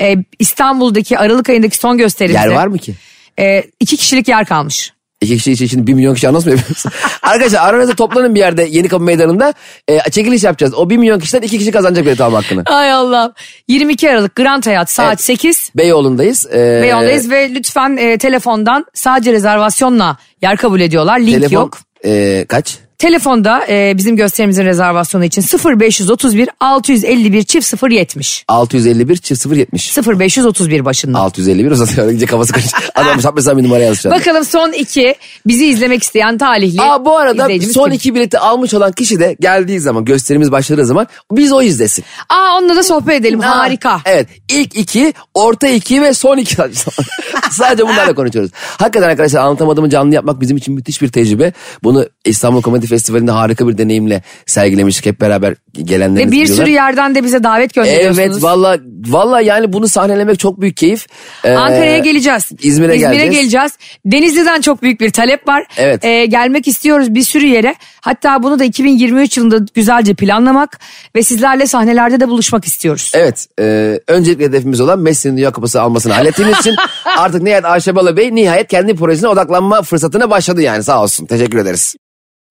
S2: Ee, İstanbul'daki Aralık ayındaki son gösterimizde.
S3: Yer var mı ki?
S2: Ee, iki kişilik yer kalmış.
S3: İki kişi için şimdi bir milyon kişi anons mu yapıyoruz? Arkadaşlar aranızda toplanın bir yerde Yenikapı Meydanı'nda e, çekiliş yapacağız. O bir milyon kişiden iki kişi kazanacak bilet alma hakkını.
S2: Ay Allah. 22 Aralık Grand Hayat saat
S3: Evet.
S2: 8.
S3: Beyoğlu'ndayız. E,
S2: Beyondayız ve lütfen e, telefondan sadece rezervasyonla yer kabul ediyorlar. Link
S3: telefon,
S2: yok.
S3: e, kaç?
S2: Telefonda e, bizim gösterimizin rezervasyonu için 0531 651 çift 070.
S3: 651 070.
S2: 0531 başında.
S3: 651 uzatıyor. İyice kafası karıştı. Adam sapmasam bir numara yazmış.
S2: Bakalım son iki bizi izlemek isteyen talihli
S3: Aa, bu arada
S2: izleyicimiz
S3: son
S2: kim?
S3: iki bileti almış olan kişi de geldiği zaman gösterimiz başladığı zaman biz o izlesin.
S2: Aa onunla da sohbet edelim harika.
S3: Evet ilk iki, orta iki ve son iki. Sadece bunlarla konuşuyoruz. Hakikaten arkadaşlar anlatamadığımı canlı yapmak bizim için müthiş bir tecrübe. Bunu İstanbul Komedi Festivali'nde harika bir deneyimle sergilemiştik hep beraber gelenlerimiz.
S2: Ve bir
S3: biliyorlar.
S2: sürü yerden de bize davet gönderiyorsunuz.
S3: Evet valla valla yani bunu sahnelemek çok büyük keyif. Ee,
S2: Ankara'ya geleceğiz.
S3: İzmir'e geleceğiz.
S2: Denizli'den çok büyük bir talep var.
S3: Evet.
S2: Ee, gelmek istiyoruz bir sürü yere. Hatta bunu da 2023 yılında güzelce planlamak ve sizlerle sahnelerde de buluşmak istiyoruz.
S3: Evet. e, öncelikle hedefimiz olan Messi'nin Dünya Kupası almasını hallettiğimiz için artık nihayet Ayşe Balabey nihayet kendi projesine odaklanma fırsatına başladı yani sağ olsun. Teşekkür ederiz.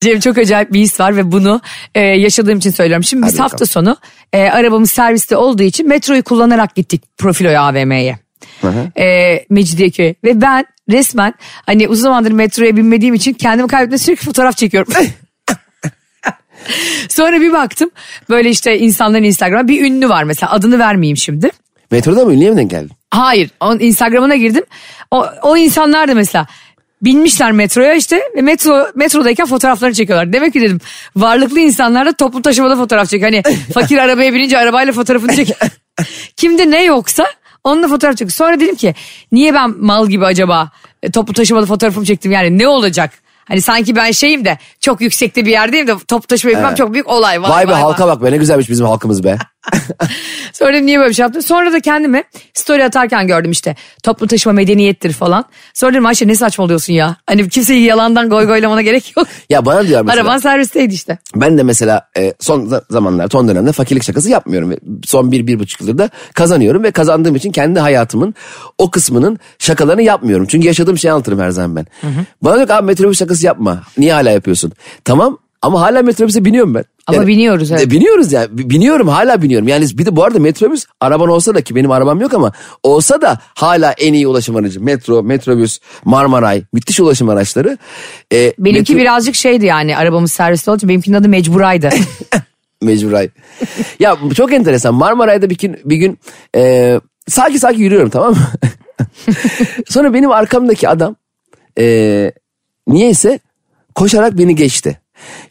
S2: Cem çok acayip bir his var ve bunu e, yaşadığım için söylüyorum. Şimdi biz
S3: Hadi bakalım.
S2: hafta sonu e, arabamız serviste olduğu için metroyu kullanarak gittik Profilo'ya AVM'ye. E, Mecidiyeköy'e ve ben resmen hani uzun zamandır metroya binmediğim için kendimi kaybetme sürekli fotoğraf çekiyorum. Sonra bir baktım böyle işte insanların Instagram bir ünlü var mesela adını vermeyeyim şimdi.
S3: Metroda mı ünlüye mi denk geldin?
S2: Hayır. Onun Instagram'ına girdim. O, o insanlar da mesela binmişler metroya işte ve metro metrodayken fotoğraflarını çekiyorlar. Demek ki dedim varlıklı insanlar da toplu taşımada fotoğraf çekiyor. Hani fakir arabaya binince arabayla fotoğrafını çekiyor. Kimde ne yoksa onunla fotoğraf çekiyor. Sonra dedim ki niye ben mal gibi acaba e, toplu taşımada fotoğrafımı çektim yani ne olacak? Hani sanki ben şeyim de çok yüksekte bir yerdeyim de toplu taşıma yapmam çok büyük olay.
S3: Vay, be halka bak be ne güzelmiş bizim halkımız be.
S2: Sonra dedim, niye böyle bir şey yaptım? Sonra da kendimi story atarken gördüm işte. Toplu taşıma medeniyettir falan. Sonra dedim Ayşe ne saçmalıyorsun ya? Hani kimseyi yalandan goy goylamana gerek yok.
S3: Ya bana diyor mesela.
S2: Araban servisteydi işte.
S3: Ben de mesela e, son za- zamanlar, son dönemde fakirlik şakası yapmıyorum. ve Son bir, bir buçuk yıldır da kazanıyorum ve kazandığım için kendi hayatımın o kısmının şakalarını yapmıyorum. Çünkü yaşadığım şeyi anlatırım her zaman ben. Bana diyor ki abi metrobüs şakası yapma. Niye hala yapıyorsun? Tamam ama hala metrobüse biniyorum ben.
S2: Ama biniyoruz, evet.
S3: E, Biniyoruz yani. B- Biniyorum hala biniyorum. Yani bir de bu arada metrobüs araban olsa da ki benim arabam yok ama olsa da hala en iyi ulaşım aracı. Metro, metrobüs, Marmaray müthiş ulaşım araçları. E,
S2: Benimki
S3: metro-
S2: birazcık şeydi yani arabamız serviste olduğu için benimkinin adı Mecburay'dı.
S3: Mecburay. ya bu çok enteresan. Marmaray'da bir gün, bir gün e, sakin sakin yürüyorum tamam mı? Sonra benim arkamdaki adam e, niyeyse koşarak beni geçti.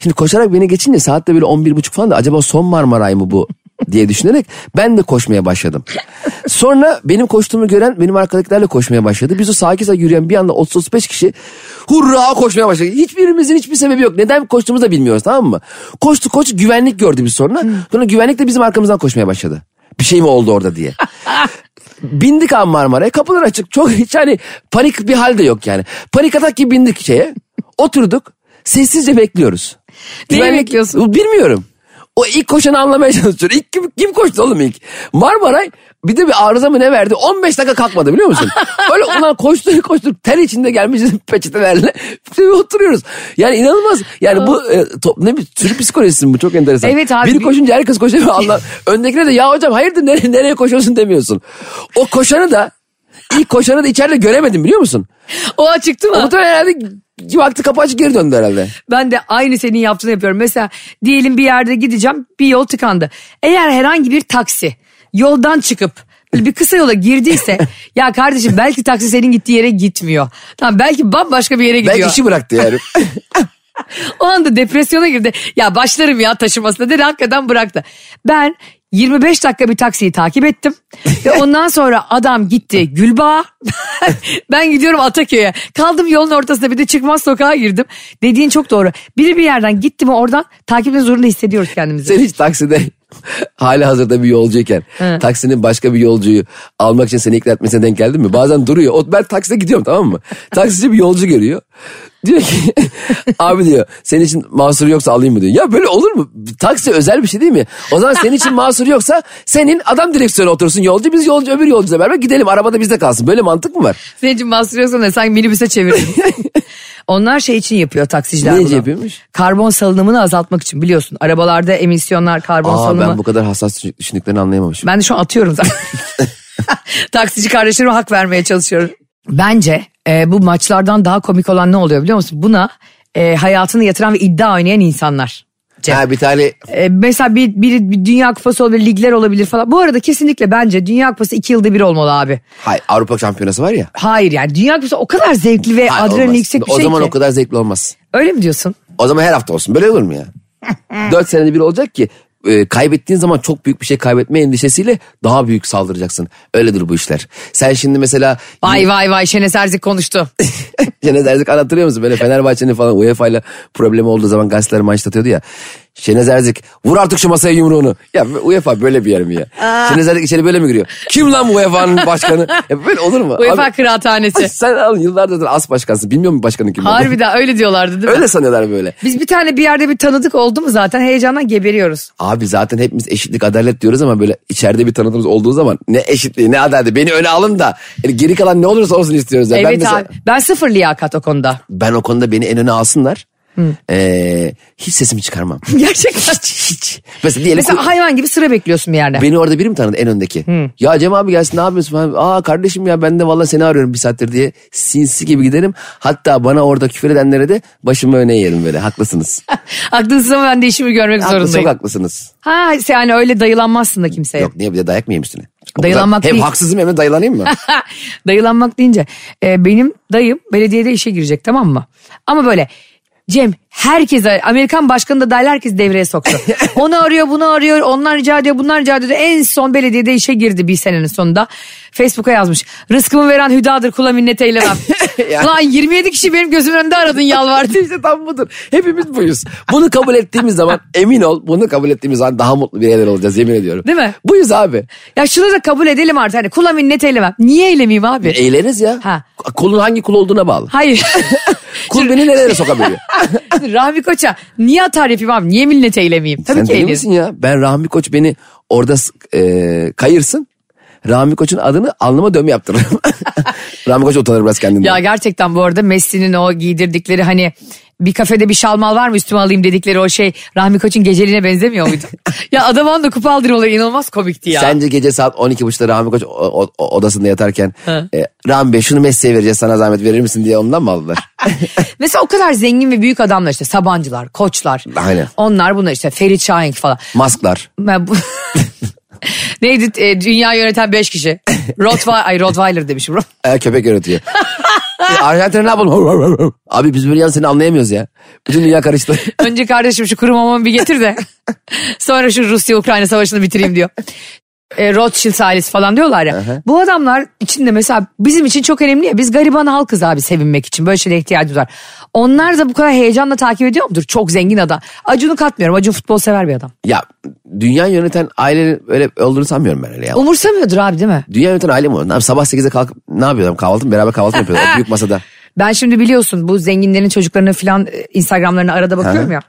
S3: Şimdi koşarak beni geçince saatte böyle 11.30 falan da acaba son Marmaray mı bu diye düşünerek ben de koşmaya başladım. Sonra benim koştuğumu gören benim arkadakilerle koşmaya başladı. Biz o sakin sakin yürüyen bir anda 30-35 kişi hurra koşmaya başladık. Hiçbirimizin hiçbir sebebi yok. Neden koştuğumuzu da bilmiyoruz tamam mı? Koştu koştu güvenlik gördü biz sonra. Sonra güvenlik de bizim arkamızdan koşmaya başladı. Bir şey mi oldu orada diye. bindik abi Marmara'ya kapılar açık çok hiç hani panik bir halde yok yani. Panik atak gibi bindik şeye oturduk sessizce bekliyoruz.
S2: Neyi
S3: Güvenlik-
S2: bekliyorsun?
S3: Bilmiyorum. O ilk koşanı anlamaya çalışıyorum. İlk kim, kim koştu oğlum ilk? Marmaray bir de bir arıza mı ne verdi? 15 dakika kalkmadı biliyor musun? Öyle ulan koştur koştur ter içinde gelmişiz peçetelerle. Bir de oturuyoruz. Yani inanılmaz. Yani bu e, to- ne bir sürü psikolojisi bu çok enteresan.
S2: Evet abi,
S3: Biri
S2: bir-
S3: koşunca herkes koşuyor. Allah, öndekine de ya hocam hayırdır nereye, nereye koşuyorsun demiyorsun. O koşanı da ilk koşanı da içeride göremedim biliyor musun?
S2: O çıktı mı?
S3: O da herhalde baktı kapı açık geri döndü herhalde.
S2: Ben de aynı senin yaptığını yapıyorum. Mesela diyelim bir yerde gideceğim bir yol tıkandı. Eğer herhangi bir taksi yoldan çıkıp böyle bir kısa yola girdiyse ya kardeşim belki taksi senin gittiği yere gitmiyor. Tamam belki bambaşka bir yere gidiyor.
S3: Belki işi bıraktı yani.
S2: O anda depresyona girdi. Ya başlarım ya taşımasına dedi hakikaten bıraktı. Ben 25 dakika bir taksiyi takip ettim. Ve ondan sonra adam gitti Gülbağ'a. ben gidiyorum Ataköy'e. Kaldım yolun ortasında bir de çıkmaz sokağa girdim. Dediğin çok doğru. Biri bir yerden gitti mi oradan takip etmek zorunda hissediyoruz kendimizi.
S3: Sen hiç takside hali hazırda bir yolcuyken
S2: Hı.
S3: taksinin başka bir yolcuyu almak için seni ikna etmesine denk geldin mi? Bazen duruyor. O, ben takside gidiyorum tamam mı? Taksici bir yolcu görüyor. Diyor ki abi diyor senin için mahsuru yoksa alayım mı diyor. Ya böyle olur mu? Taksi özel bir şey değil mi? O zaman senin için mahsuru yoksa senin adam direksiyona otursun yolcu biz yolcu öbür yolcuyla beraber gidelim arabada bizde kalsın. Böyle mantık mı var?
S2: Senin için bastırıyorsan da sanki minibüse çevirdin. Onlar şey için yapıyor taksiciler
S3: Ne
S2: bunu.
S3: için yapıyormuş?
S2: Karbon salınımını azaltmak için biliyorsun. Arabalarda emisyonlar karbon
S3: Aa,
S2: salınımı.
S3: ben bu kadar hassas düşündüklerini anlayamamışım.
S2: Ben de şu an atıyorum zaten. Taksici kardeşlerime hak vermeye çalışıyorum. Bence e, bu maçlardan daha komik olan ne oluyor biliyor musun? Buna e, hayatını yatıran ve iddia oynayan insanlar. Cem.
S3: Ha, bir tane
S2: E, mesela bir, bir, bir Dünya Kupası olabilir, ligler olabilir falan. Bu arada kesinlikle bence Dünya Kupası iki yılda bir olmalı abi.
S3: hay, Avrupa şampiyonası var ya.
S2: Hayır yani Dünya Kupası o kadar zevkli ve
S3: Hay,
S2: adrenalin
S3: olmaz.
S2: yüksek bir
S3: O
S2: şey
S3: zaman
S2: ki.
S3: o kadar zevkli olmaz.
S2: Öyle mi diyorsun?
S3: O zaman her hafta olsun. Böyle olur mu ya? Dört senede bir olacak ki e, kaybettiğin zaman çok büyük bir şey kaybetme endişesiyle daha büyük saldıracaksın. Öyledir bu işler. Sen şimdi mesela
S2: Vay vay vay Şenes Erzik konuştu.
S3: Şenez Erzik anlatırıyor musun? Böyle Fenerbahçe'nin falan UEFA ile problemi olduğu zaman gazeteler manşetlatıyordu ya. Şenez Erzik vur artık şu masaya yumruğunu. Ya UEFA böyle bir yer mi ya? Şenez Erzik içeri böyle mi giriyor? Kim lan bu UEFA'nın başkanı? Ya böyle olur mu?
S2: UEFA
S3: Abi,
S2: kıraathanesi.
S3: sen al yıllardır as başkansın. Bilmiyor musun başkanın kim? olduğunu?
S2: Harbiden öyle diyorlardı değil mi?
S3: Öyle sanıyorlar böyle.
S2: Biz bir tane bir yerde bir tanıdık oldu mu zaten heyecandan geberiyoruz.
S3: Abi zaten hepimiz eşitlik adalet diyoruz ama böyle içeride bir tanıdığımız olduğu zaman ne eşitliği ne adaleti beni öne alın da yani geri kalan ne olursa olsun istiyoruz. Ya. ben,
S2: evet
S3: mesela-
S2: abi. Ben sıfır liyakat o konuda.
S3: ben o konuda beni en öne alsınlar. Ee, hiç sesimi çıkarmam.
S2: Gerçekten.
S3: hiç. Mesela diyelim
S2: Mesela
S3: ku-
S2: hayvan gibi sıra bekliyorsun bir yerde.
S3: beni orada biri mi tanıdı en öndeki? Ya Cem abi gelsin ne yapıyorsun? falan. Aa kardeşim ya ben de valla seni arıyorum bir saattir diye sinsi gibi giderim. Hatta bana orada küfür edenlere de başımı öne yerim böyle haklısınız.
S2: Aklınızda mı ben de işimi görmek
S3: Haklı, çok
S2: zorundayım.
S3: haklısınız.
S2: Ha yani öyle dayılanmazsın da kimseye.
S3: Yok niye bir de dayak mı yiyeyim üstüne? O kadar-
S2: Dayılanmak
S3: Hem
S2: değil.
S3: haksızım hem de dayılanayım mı?
S2: Dayılanmak deyince e, benim dayım belediyede işe girecek tamam mı? Ama böyle Cem herkese Amerikan başkanı da dahil herkes devreye soktu. Onu arıyor bunu arıyor onlar rica ediyor bunlar rica ediyor. En son belediyede işe girdi bir senenin sonunda. Facebook'a yazmış. Rızkımı veren hüdadır kula minnet eylemem.
S3: Ya.
S2: Lan 27 kişi benim gözümün önünde aradın yalvardı.
S3: İşte tam budur. Hepimiz buyuz. Bunu kabul ettiğimiz zaman emin ol bunu kabul ettiğimiz zaman daha mutlu bireyler olacağız yemin ediyorum.
S2: Değil mi?
S3: Buyuz abi.
S2: Ya şunu da kabul edelim artık. Hani kula minnet eylemem. Niye eylemeyeyim abi?
S3: Eğleniriz ya.
S2: Ha.
S3: Kulun hangi kul olduğuna bağlı.
S2: Hayır.
S3: Kul beni nerelere sokabiliyor?
S2: Rahmi Koç'a niye atar yapayım abi? Niye minnet eylemeyeyim? Tabii
S3: Sen
S2: ki
S3: deli
S2: eylerim.
S3: misin ya? Ben Rahmi Koç beni orada e, kayırsın. Rahmi Koç'un adını alnıma dövme yaptırırım. Rahmi Koç utanır biraz kendinden.
S2: Ya gerçekten bu arada Messi'nin o giydirdikleri hani bir kafede bir şalmal var mı üstüme alayım dedikleri o şey Rahmi Koç'un geceliğine benzemiyor muydu? ya adam anda kupa aldırmaları inanılmaz komikti ya.
S3: Sence gece saat 12.30'da Rahmi Koç o- o- o- odasında yatarken e, Rahmi Bey şunu Messi'ye vereceğiz sana zahmet verir misin diye ondan mı aldılar?
S2: Mesela o kadar zengin ve büyük adamlar işte Sabancılar, Koçlar.
S3: Aynen.
S2: Onlar bunlar işte Ferit Şahin falan.
S3: Masklar.
S2: Ben bu... Neydi e, dünya yöneten 5 kişi? Rottweiler, ay Rottweiler demişim. Rot-
S3: E, köpek yaratıyor. e, Arjantin'e ne yapalım? Abi biz böyle yan seni anlayamıyoruz ya. Bütün dünya karıştı.
S2: Önce kardeşim şu kuru mamamı bir getir de sonra şu Rusya-Ukrayna savaşını bitireyim diyor. E, Rothschild ailesi falan diyorlar ya. Bu adamlar içinde mesela bizim için çok önemli ya. Biz gariban halkız abi sevinmek için. Böyle şeylere ihtiyacımız var. Onlar da bu kadar heyecanla takip ediyor mudur? Çok zengin adam. Acun'u katmıyorum. Acun futbol sever bir adam.
S3: ya dünya yöneten ailenin öyle olduğunu sanmıyorum ben öyle ya.
S2: Umursamıyordur abi değil mi?
S3: Dünya yöneten aile mi olur? Abi sabah 8'e kalkıp ne yapıyorlar? Kahvaltı mı? Beraber kahvaltı mı yapıyorlar? Büyük masada.
S2: Ben şimdi biliyorsun bu zenginlerin çocuklarına filan e, Instagramlarına arada bakıyorum ya.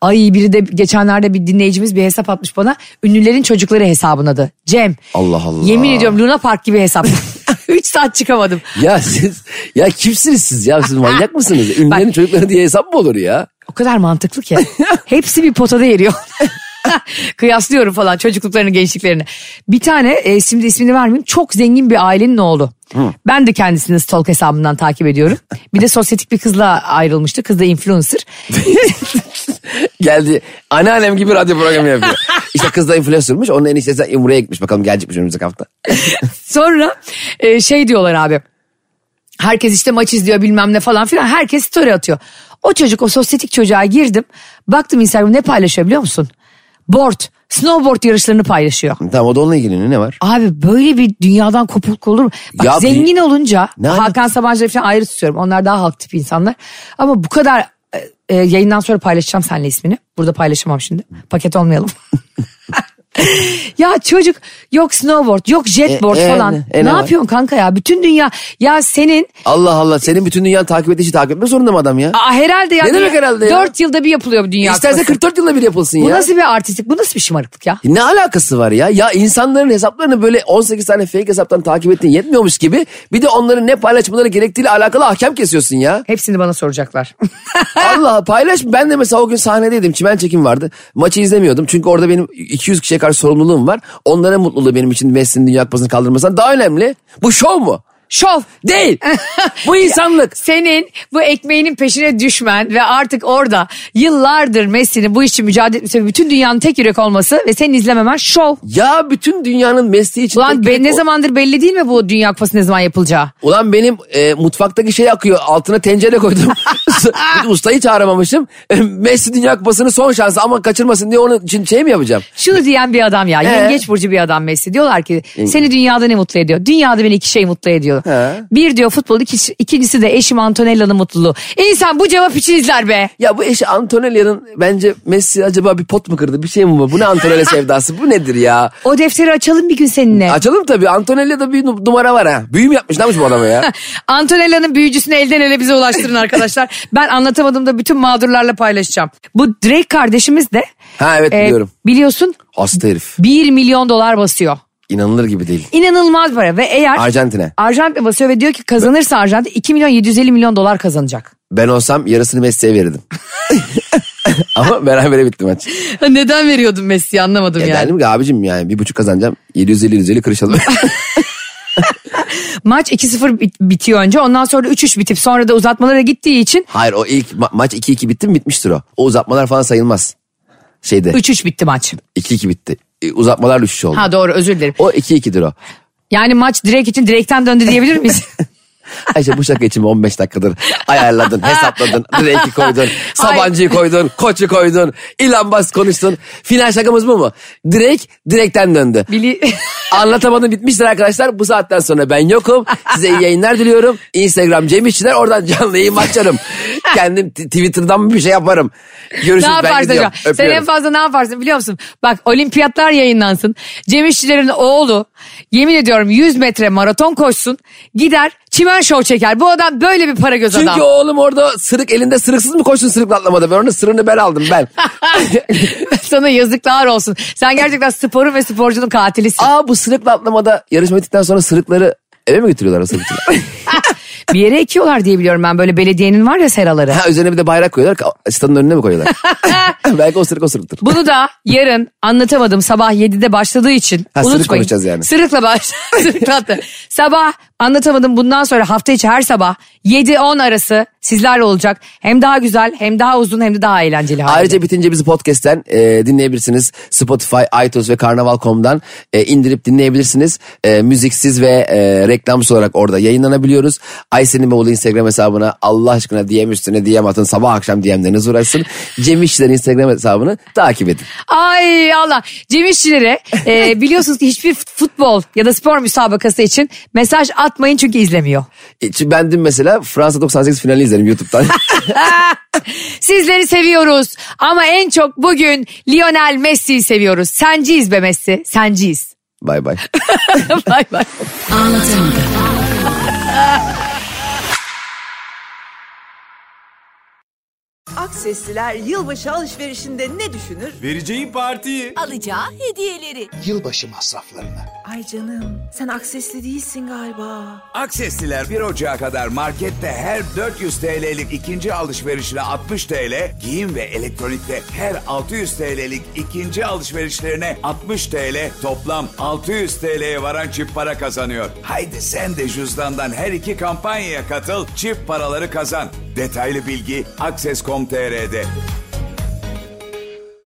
S2: Ay biri de geçenlerde bir dinleyicimiz bir hesap atmış bana. Ünlülerin çocukları hesabın adı. Cem.
S3: Allah Allah.
S2: Yemin ediyorum Luna Park gibi hesap. 3 saat çıkamadım.
S3: Ya siz ya kimsiniz siz ya siz manyak mısınız? Ünlülerin çocukları diye hesap mı olur ya?
S2: O kadar mantıklı ki. Hepsi bir potada eriyor. Kıyaslıyorum falan çocukluklarını gençliklerini. Bir tane e, şimdi ismini vermeyeyim çok zengin bir ailenin oğlu. Ben de kendisini stalk hesabından takip ediyorum. Bir de sosyetik bir kızla ayrılmıştı. Kız da influencer.
S3: Geldi anneannem gibi radyo programı yapıyor. İşte kız da influencermış onun eniştesi Umre'ye gitmiş bakalım gelecekmiş önümüzdeki hafta.
S2: Sonra e, şey diyorlar abi. Herkes işte maç izliyor bilmem ne falan filan. Herkes story atıyor. O çocuk o sosyetik çocuğa girdim. Baktım Instagram ne paylaşıyor biliyor musun? Board. Snowboard yarışlarını paylaşıyor.
S3: Tamam o da onunla ilgileniyor ne var?
S2: Abi böyle bir dünyadan kopukluk olur mu? Bak
S3: Ya bir-
S2: zengin olunca
S3: Ne
S2: Hakan Sabancı'yı falan ayrı tutuyorum. Onlar daha halk tipi insanlar. Ama bu kadar e, e, yayından sonra paylaşacağım seninle ismini. Burada paylaşamam şimdi. Paket olmayalım. ya çocuk yok snowboard yok jetboard
S3: E, e,
S2: falan.
S3: e, ne
S2: ne
S3: var?
S2: yapıyorsun kanka ya? Bütün dünya ya senin
S3: Allah Allah senin bütün dünyanın takip ettiği işi takip etme zorunda mı adam ya?
S2: aa, herhalde ya.
S3: Ne demek herhalde ya?
S2: 4 yılda bir yapılıyor bu dünya.
S3: İsterse
S2: kupası.
S3: 44 yılda bir yapılsın
S2: Bu
S3: ya. E,
S2: nasıl bir artistlik? Bu nasıl bir şımarıklık ya?
S3: Ne alakası var ya? Ya insanların hesaplarını böyle 18 tane fake hesaptan takip ettiğin yetmiyormuş gibi bir de onların ne paylaşmaları gerektiğiyle alakalı ahkam kesiyorsun ya.
S2: Hepsini bana soracaklar.
S3: Allah paylaş. Ben de mesela o gün sahnedeydim. Çimen çekim vardı. Maçı izlemiyordum. Çünkü orada benim 200 kişiye karşı sorumluluğum var. Onların mutluluğu benim için Messi'nin Dünya Kupası'nı kaldırmasından daha önemli. Bu şov mu?
S2: Şov.
S3: Değil. Bu insanlık.
S2: Senin bu ekmeğinin peşine düşmen ve artık orada yıllardır Messi'nin bu için mücadele etmesi ve bütün dünyanın tek yürek olması ve senin izlememen şov.
S3: Ya bütün dünyanın mesleği için...
S2: Ulan
S3: tek
S2: be,
S3: yürek
S2: ne
S3: ol-
S2: zamandır belli değil mi bu Dünya Kupası ne zaman yapılacağı?
S3: Ulan benim e, mutfaktaki şey akıyor. Altına tencere koydum. Ustayı çağıramamışım. E, Messi Dünya Kupası'nın son şansı ama kaçırmasın diye onun için şey mi yapacağım?
S2: Şunu diyen bir adam ya. Yengeç burcu bir adam Messi. Diyorlar ki seni dünyada ne mutlu ediyor? Dünyada beni iki şey mutlu ediyor.
S3: He.
S2: Bir diyor futbol, iki- ikincisi de eşim Antonella'nın mutluluğu. İnsan bu cevap için izler be.
S3: Ya bu eşi Antonella'nın bence Messi acaba bir pot mu kırdı bir şey mi bu? Bu ne Antonella sevdası bu nedir ya?
S2: O defteri açalım bir gün seninle.
S3: Açalım tabii Antonella'da bir nu- numara var ha. Büyü mü yapmış ne yapmış bu adama ya?
S2: Antonella'nın büyücüsünü elden ele bize ulaştırın arkadaşlar. Ben anlatamadığımda bütün mağdurlarla paylaşacağım. Bu Drake kardeşimiz de
S3: Ha evet
S2: e,
S3: biliyorum.
S2: biliyorsun
S3: Hasta herif.
S2: 1 milyon dolar basıyor.
S3: İnanılır gibi değil.
S2: İnanılmaz para ve eğer
S3: Arjantin'e.
S2: Arjantin basıyor ve diyor ki kazanırsa Arjantin 2 milyon 750 milyon dolar kazanacak.
S3: Ben olsam yarısını Messi'ye verirdim. Ama berabere bitti maç.
S2: Neden veriyordun Messi'yi anlamadım
S3: Yani. Derdim ki abicim yani bir buçuk kazanacağım. 750-750 kırışalım.
S2: Maç 2-0 bit- bitiyor önce ondan sonra 3-3 bitip sonra da uzatmalara gittiği için
S3: Hayır o ilk ma- maç 2-2 bitti mi bitmiştir o. O uzatmalar falan sayılmaz. Şeyde
S2: 3-3 bitti maç.
S3: 2-2 bitti. E, uzatmalar 3 oldu.
S2: Ha doğru özür dilerim.
S3: O 2-2'dir o.
S2: Yani maç direkt için direkten döndü diyebilir miyiz?
S3: Ayşe bu şaka için 15 dakikadır ayarladın, hesapladın, Drake'i koydun, Sabancı'yı koydun, Koç'u koydun, İlan Bas konuştun. Final şakamız bu mu? Drake direkten döndü.
S2: Bili...
S3: Anlatamadım bitmiştir arkadaşlar. Bu saatten sonra ben yokum. Size iyi yayınlar diliyorum. Instagram Cem İşçiler oradan canlı yayın açarım. Kendim t- Twitter'dan bir şey yaparım. Görüşürüz
S2: Ne
S3: ben
S2: yaparsın
S3: gidiyorum.
S2: acaba? Sen
S3: Öpüyorum.
S2: en fazla ne yaparsın biliyor musun? Bak olimpiyatlar yayınlansın. Cem İşçilerin oğlu yemin ediyorum 100 metre maraton koşsun. Gider çimen şov çeker. Bu adam böyle bir para göz
S3: Çünkü
S2: adam.
S3: oğlum orada sırık elinde sırıksız mı koşsun sırıkla atlamada? Ben onun sırrını ben aldım ben.
S2: Sana yazıklar olsun. Sen gerçekten sporun ve sporcunun katilisin.
S3: Aa bu sırıkla atlamada yarışma bittikten sonra sırıkları eve mi götürüyorlar o sırıkçılar?
S2: Bir yere ekiyorlar diye biliyorum ben böyle belediyenin var ya seraları.
S3: Ha üzerine bir de bayrak koyuyorlar. ki, Stadın önüne mi koyuyorlar? Belki o sırık o sırıktır.
S2: Bunu da yarın anlatamadım sabah 7'de başladığı için
S3: Ha, sırık
S2: unutmayın.
S3: konuşacağız yani.
S2: Sırıkla baş. Sırıkla attı. sabah anlatamadım bundan sonra hafta içi her sabah 7-10 arası sizlerle olacak. Hem daha güzel hem daha uzun hem de daha eğlenceli halde.
S3: Ayrıca bitince bizi podcast'ten e, dinleyebilirsiniz. Spotify, iTunes ve Karnaval.com'dan e, indirip dinleyebilirsiniz. E, müziksiz ve e, reklamsız olarak orada yayınlanabiliyoruz. Aysen'in bavulu Instagram hesabına Allah aşkına DM üstüne DM atın. Sabah akşam DM'leriniz uğraşsın. Cem İşçilerin Instagram hesabını takip edin.
S2: Ay Allah. Cem İşçilere e, biliyorsunuz ki hiçbir fut- futbol ya da spor müsabakası için mesaj atmayın çünkü izlemiyor.
S3: E, çünkü ben dün mesela Fransa 98 finalini izledim YouTube'dan.
S2: Sizleri seviyoruz ama en çok bugün Lionel Messi'yi seviyoruz. Senciyiz be Messi. Senciyiz.
S3: bay bay.
S2: bay bay.
S4: Aksesliler yılbaşı alışverişinde ne düşünür?
S5: Vereceği partiyi.
S6: alacağı hediyeleri.
S7: yılbaşı masraflarını.
S4: Ay canım sen aksesli değilsin galiba.
S5: Aksesliler 1 Ocağı kadar markette her 400 TL'lik ikinci alışverişine 60 TL, giyim ve elektronikte her 600 TL'lik ikinci alışverişlerine 60 TL, toplam 600 TL'ye varan çift para kazanıyor. Haydi sen de cüzdandan her iki kampanyaya katıl, çift paraları kazan. Detaylı bilgi akses.com.tr'de.